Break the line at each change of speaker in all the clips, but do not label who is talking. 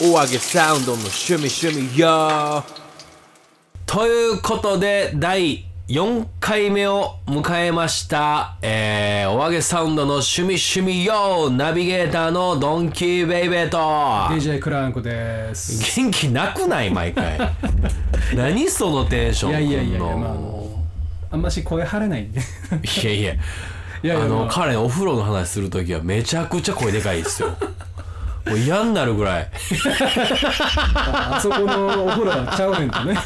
お揚げサウンドの趣味趣味よということで第4回目を迎えました、えー、お揚げサウンドの趣味趣味よナビゲーターのドンキーベイベーと
DJ クランクです。
元気なくない毎 回何そのテンション
いやいやいやい
こん
や、
の
まあ、あの、あんまし声張れないんで。
いやいや
いやいや
あの、
まあ
彼お風呂の話するときはめちゃくちゃ声でかいですよもう嫌になるぐらい
あそこのお風呂はちゃうねんとね。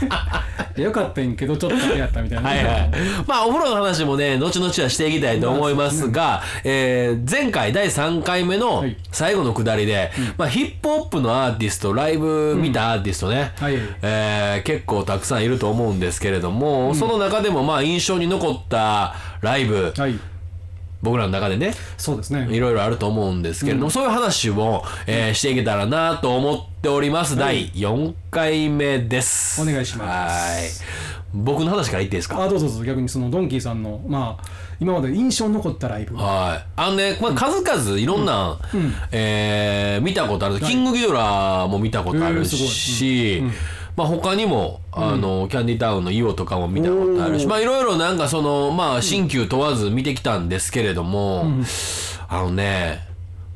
いやよかったんやけど、ちょっとあれやったみたいな。
はいはい。まあ、お風呂の話もね、後々はしていきたいと思いますが、えー前回第3回目の
はい
最後のくだりで、まあ、ヒップホップのアーティスト、ライブ見たアーティストね、
はい
えー結構たくさんいると思うんですけれども、その中でもまあ、印象に残ったライブ、
はい。
僕らの中でね、
そうですね。
いろいろあると思うんですけれども、そういう話も、えーしていけたらなと思っております。第4回目です。。
お願いします
はい。僕の話から言っていいですか
あ、どうぞどうぞ、逆にそのドンキーさんの、まあ、今まで印象に残ったライブ。
はい。あのね、まあ、数々いろんな、えー見たことある。キングギドラも見たことあるし、まあ、他にも、あの、キャンディタウンのイオとかも見たことあるし、まあ、いろいろなんかその、まあ、新旧問わず見てきたんですけれども、あのね、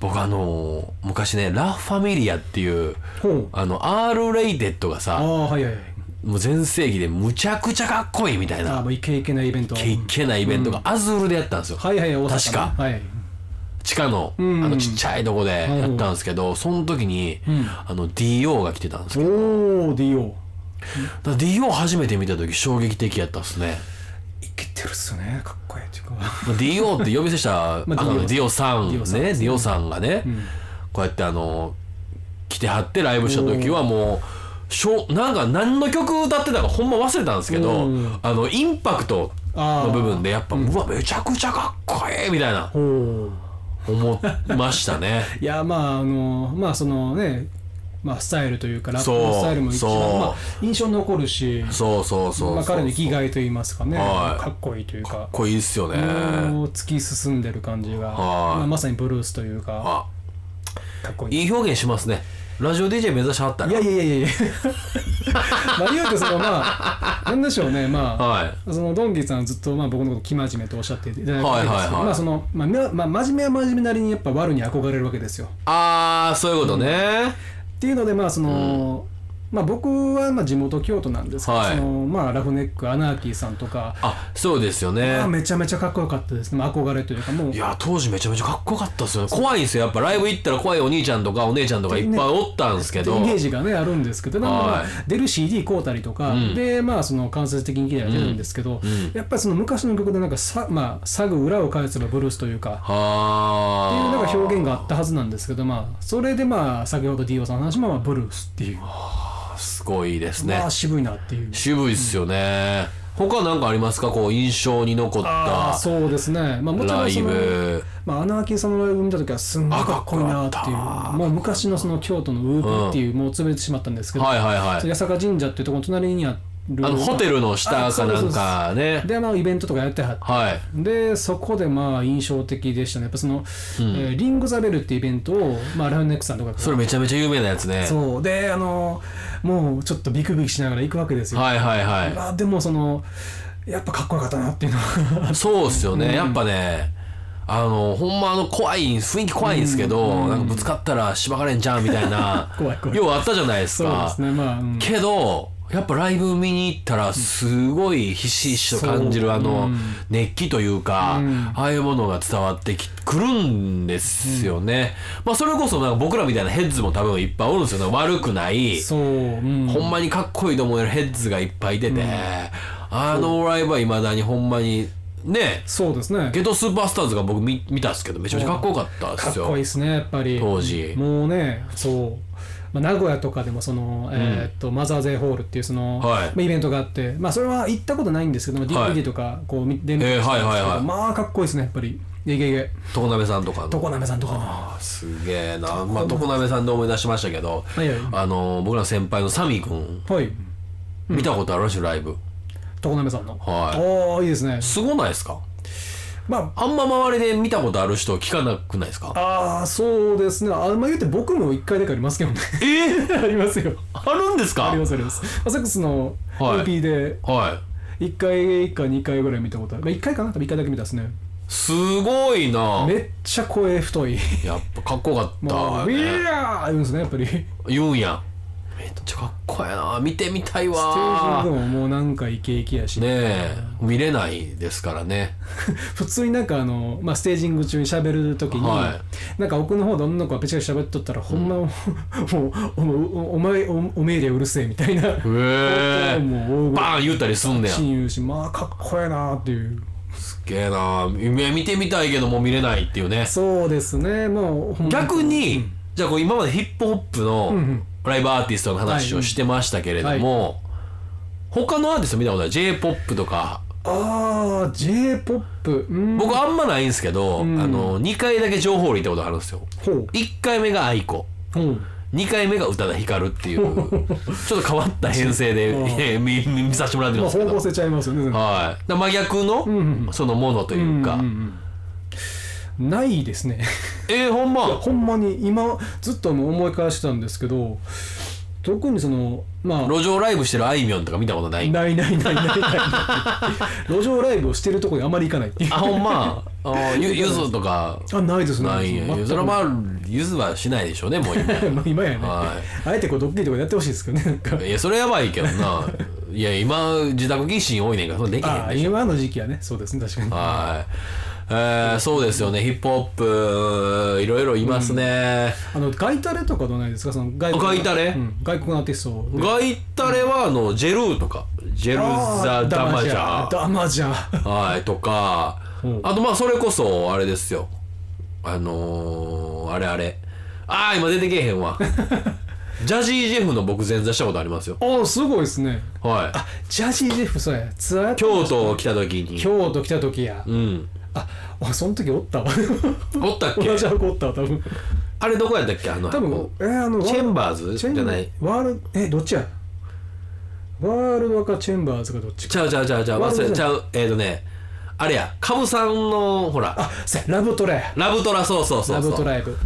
僕あの、昔ね、ラ・ファミリアっていう、
ほう。
あの、R レイデッドが
あ
さ、
あ、はいはいはい。
もう全盛期でむちゃくちゃかっこいいみたい
ああ、
な、
もういけいけないイベント。
いけないイベントがアズールでやったんですよ。
はいはい、大阪の。
確か
はい。
地下の,、
ん
あのちっちゃいとこでやったんですけど、その時に、あの DO が来てたんです
お
けど
ー、DO。
だから DO 初めて見た時衝撃的やったっすね
いけてるっすね、かっこいいっていうか。
まあ DO って呼び捨てしたら、
まあ
あの
DO
DO さんね
DO さん
DO さんがね、こうやってあの来てはってライブした時はもうしょなんか何の曲歌ってたかほんま忘れたんですけど、
うん
あのインパクトの部分でやっぱ、うわめちゃくちゃかっこいいみたいな
おー。
思いましたね
いやまああのまあそのねまあスタイルというかラップ
そう
のスタイルも一番
そう
まあ印象に残るし
そうそうそうそう、
まあ、彼の生きがいといいますかね
はい
かっこいいという
かっ
か
こいいっすよね、
もう突き進んでる感じが、
はい
まあ、まさにブルースというか
あ
かっこいい。
いい表現しますねラジオ DJ 目指しはった
いや
ら
いやいやい やまあ言うとそのまあなんでしょうねまあ、
はい
そのドンギーさんはずっとまあ僕のこと生真面目とおっしゃっていただいてるんですけど、
はいはいはい
まあその、まあみな、まあ真面目は真面目なりにやっぱ悪に憧れるわけですよ。
ああそういうことね、
っていうのでまあその、まあ僕はまあ地元京都なんですけど、
はい
そのまあラフネックアナーキーさんとか、
あそうですよね
まあ、めちゃめちゃかっこよかったですね、まあ、憧れというかもう
いや当時めちゃめちゃかっこよかったっすよね怖いんですよやっぱライブ行ったら怖いお兄ちゃんとかお姉ちゃんとかいっぱいおったんですけ
って
ど、
イメージがねあるんですけどなんかまあ
はい
出る CD 買うたりとか、
ん
でまあその間接的にギターが出るんですけど、やっぱりその昔の曲でなんかさ、まあ、サグ裏を返せばブルースというか。っていう
はあ
なんか表現があったはずなんですけど、まあ、それでまあ先ほど DO さんの話もまあブルースっていう、
すごいですね
まあ渋いなっていう
渋いっすよね、他なんかありますかこう印象に残っ
ああ
た
そうですね、まあ、もちろ
ラ
ん
イ
その
ブ
まあ、アナーキーさんのライブ見た時はすんごいかっこいいなっていうもう昔のその京都のウープっていう、もう潰れてしまったんですけど、
はいはいはい
八坂神社っていうところの隣にある
あのホテルの下かなんかね
で、まあ、イベントとかやってはって
はい
でそこでまあ印象的でしたねやっぱその、えーリング・ザ・ベルっていうイベントを、まあ、ラウンネックさんとかが
それめちゃめちゃ有名なやつね
そうであのもうちょっとビクビクしながら行くわけですよ、
はいはいはい
まあ、でもそのやっぱかっこよかったなっていうのは
そうっすよね、やっぱねあのほんまあの怖い雰囲気怖いんですけど、なんかぶつかったらしばかれんじゃんみたいな
怖い怖い
ようあったじゃないです
そうで
か
すねまあ、うん
けどやっぱライブ見に行ったらすごいひしひしと感じるあの熱気というか、ああいうものが伝わってきくるんですよね、まあそれこそなんか僕らみたいなヘッズも多分いっぱいおるんですよね悪くない
そう、うん、
ほんまにかっこいいと思えるヘッズがいっぱい出て、あのライブはいまだにほんまにね
そうですね
ゲットスーパースターズが僕見見たんですけどめちゃめちゃかっこよかったで
かっ
すよ
こいいですねやっぱり
当時
もうねそう、まあ、名古屋とかでもその、えーっとマザーゼイホールっていうその、
はい
まあ、イベントがあってまあそれは行ったことないんですけども
はい
DVD とかこう見てるん
え
で
ー
す
はいはい
け
は
ど
い
まあかっこいいですねやっぱりいけいけ
常鍋さんとかの
常滑さんとかも
あすげえなまあ常鍋さんで思い出しましたけど、
はいはい
あの僕らの先輩のサミー君
はい
見たことあるらしいライブ
常滑さんの
はい
おーいいですね
すごないですかまあ、あんま周りで見たことある人聞かなくないですか
ああそうですねあんま言うて僕も1回だけありますけどね
え
ー、ありますよ
あるんですか
ありますありますアサックスの LP で1回か2回ぐらい見たことある、まあ、1回かな多分1回だけ見たですね
すごいな
めっちゃ声太い
やっぱかっこよかった、
ね、いやー言うんですねやっぱり
言うんやめっちゃかっこやな見てみたいわ
ステージでももうなんかイケイケやし
ねえ見れないですからね
普通になんかあの、まあ、ステージング中に喋る時に、はい、なんか奥の方で女の子がペチャペチャ喋っとったら、ほんま、うん、もうおお前おおめえでうるせえみたいなへ
えもうバーン言ったりすんねや
親友しまあかっこやなっていう
すげえな見てみたいけども見れないっていうね
そうですねも
う逆に、うん、じゃあこう今までヒップホップの、うんうんライブアーティストの話をしてましたけれども、はい、他のアーティスト見たことある J−POP とか
ああ J−POP、
うん、僕あんまないんですけど、うん、あの2回だけ情報量行ったことあるんですよ1回目が aiko、うん、2回目が宇多田ヒカルって いうちょっと変わった編成で見見させてもらってるんですけど、まあ、
方向性ちゃいますよね、
はい、真逆のそのものというか、うんうんうん
ないですね
えー、ほんま
ほんまに今ずっと思い返してたんですけど特にそのまあ
路上ライブしてるあいみょんとか見たことない
ないないないないない路上ライブをしてるとこにあまり行かないっていう
あほんま あゆゆずとか
あないですね
ないやそれはまあゆずはしないでしょうねもう
今今やね、はい、あえてこうドッキリとかやってほしいですけどね
いやそれやばいけどないや今自宅謹慎多いねんからそれできへんでしょ
今の時期はねそうですね確かに
はいえー、そうですよねヒップホップいろいろいますね、
うん、あのガイタレとかどうないですかその
外国ガイタレ、
うん、外国のアーティスト
ガイタレはあのジェルーとかジェルザ・ダマジャ
ダマジャ
はいとか、うん、あとまあそれこそあれですよあのー、あれあれああ今出てけえへん わジャジー・ジェフの僕前座したことありますよ
ああすごいですね
はいあ
ジャジー・ジェフそうやツアー
京都来た時に
京都来た時や
うん
ああその時おったわ
おったっけ
同じ箱おったわ多分
あれどこやったっけあの
多分えー、あの
チェンバーズじゃない
ワールえどっちやワールドかチェンバーズかどっち
かちゃうちゃうちゃうちゃう忘れちゃうえっ、ー、とねあれやカブさんのほら
あラブトラや
ラブトラそうそうそう
ラブトライブ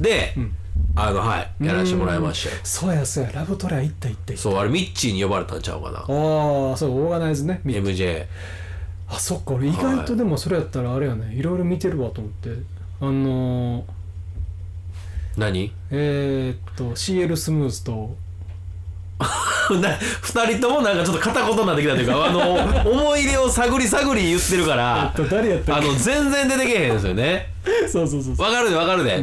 で、うん、あのはいやらしてもらいました
そうやそうやラブトラ行った行った
そうあれミッチーに呼ばれたんちゃうかなああ
そうオーガナイズね
MJ
あそっか俺意外とでもそれやったらあれやね、はい、いろいろ見てるわと思ってあのー、
何
えー、っと CL スムーズと
2人ともなんかちょっと片言になってきたというかあの思い出を探り探り言ってるから
あの
全然出てけへんですよね
そうそうそう
わかるでわかるで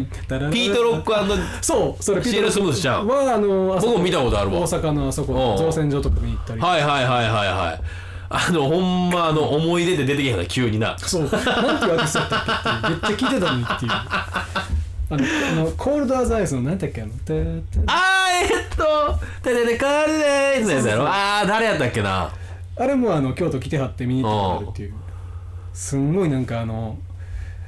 ピート・ロック
そうそれ
ピート・ロックスムーズちゃん
はあの
僕も見たことあるわ
大阪のあそこ造船所とかに行ったり
はいはいはいはいはいあの、ほんま、あの、思い出で出てけへんな、急にな。
そう。なんて言われてたっけってめっちゃ聞いてたのにっていう。あの、あのコールドアザイスの、なんだっけあの、て
あー、えっと、ててて、カールでーズのやつやろ。あー、誰やったっけな。
あれも、あの、京都来てはって見に行ってるっていう。すんごいなんかあの、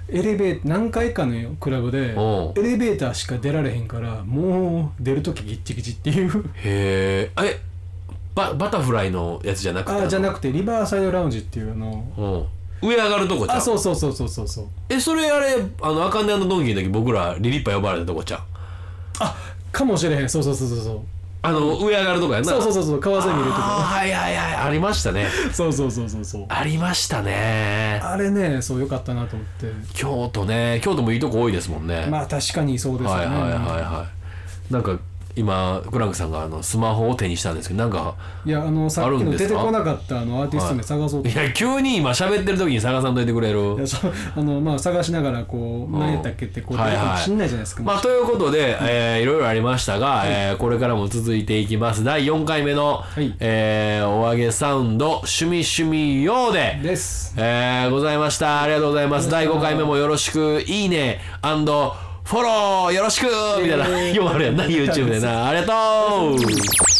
エレベー何回かのクラブでエレベーターしか出られへんからもう出る時ギッチギチっていう
へええババタフライのやつじゃなくて
あじゃなくてリバーサイドラウンジっていうあの
上上がるとこちゃ
あそうそうそうそうそうそう
えそれあれあのあかねのドンキの時僕らリリッパ呼ばれたとこちゃう
あかもしれへんそうそうそうそうそう
あの、うん、上上がるとこやな
そうそうそうそう川崎いるとこ
はいはいはいありましたね
そうそうそうそうそう
ありましたね
あれねそうよかったなと思って
京都ね京都もいいとこ多いですもんね
まあ確かにそうですねはい
はいはいはいなんか今クランクさんがあのスマホを手にしたんですけどなんか
いやあのさっきの出てこなかったあのアーティスト名探そう
と、はい、いや急に今喋ってる時に探さんといてくれる
あのまあ探しながらこう、うん、何やったっけってこう出てくるかもしんないじゃないです
は
か、
いはい、まあ、ということで、うん、えー、いろいろありましたが、はい、えー、これからも続いていきます第4回目の、はい、えー、お揚げサウンド趣味趣味ようで
です、
えー、ございましたありがとうございます第5回目もよろしくいいねフォローよろしくみたいな、えー、読まれるやんな YouTube でなありがとう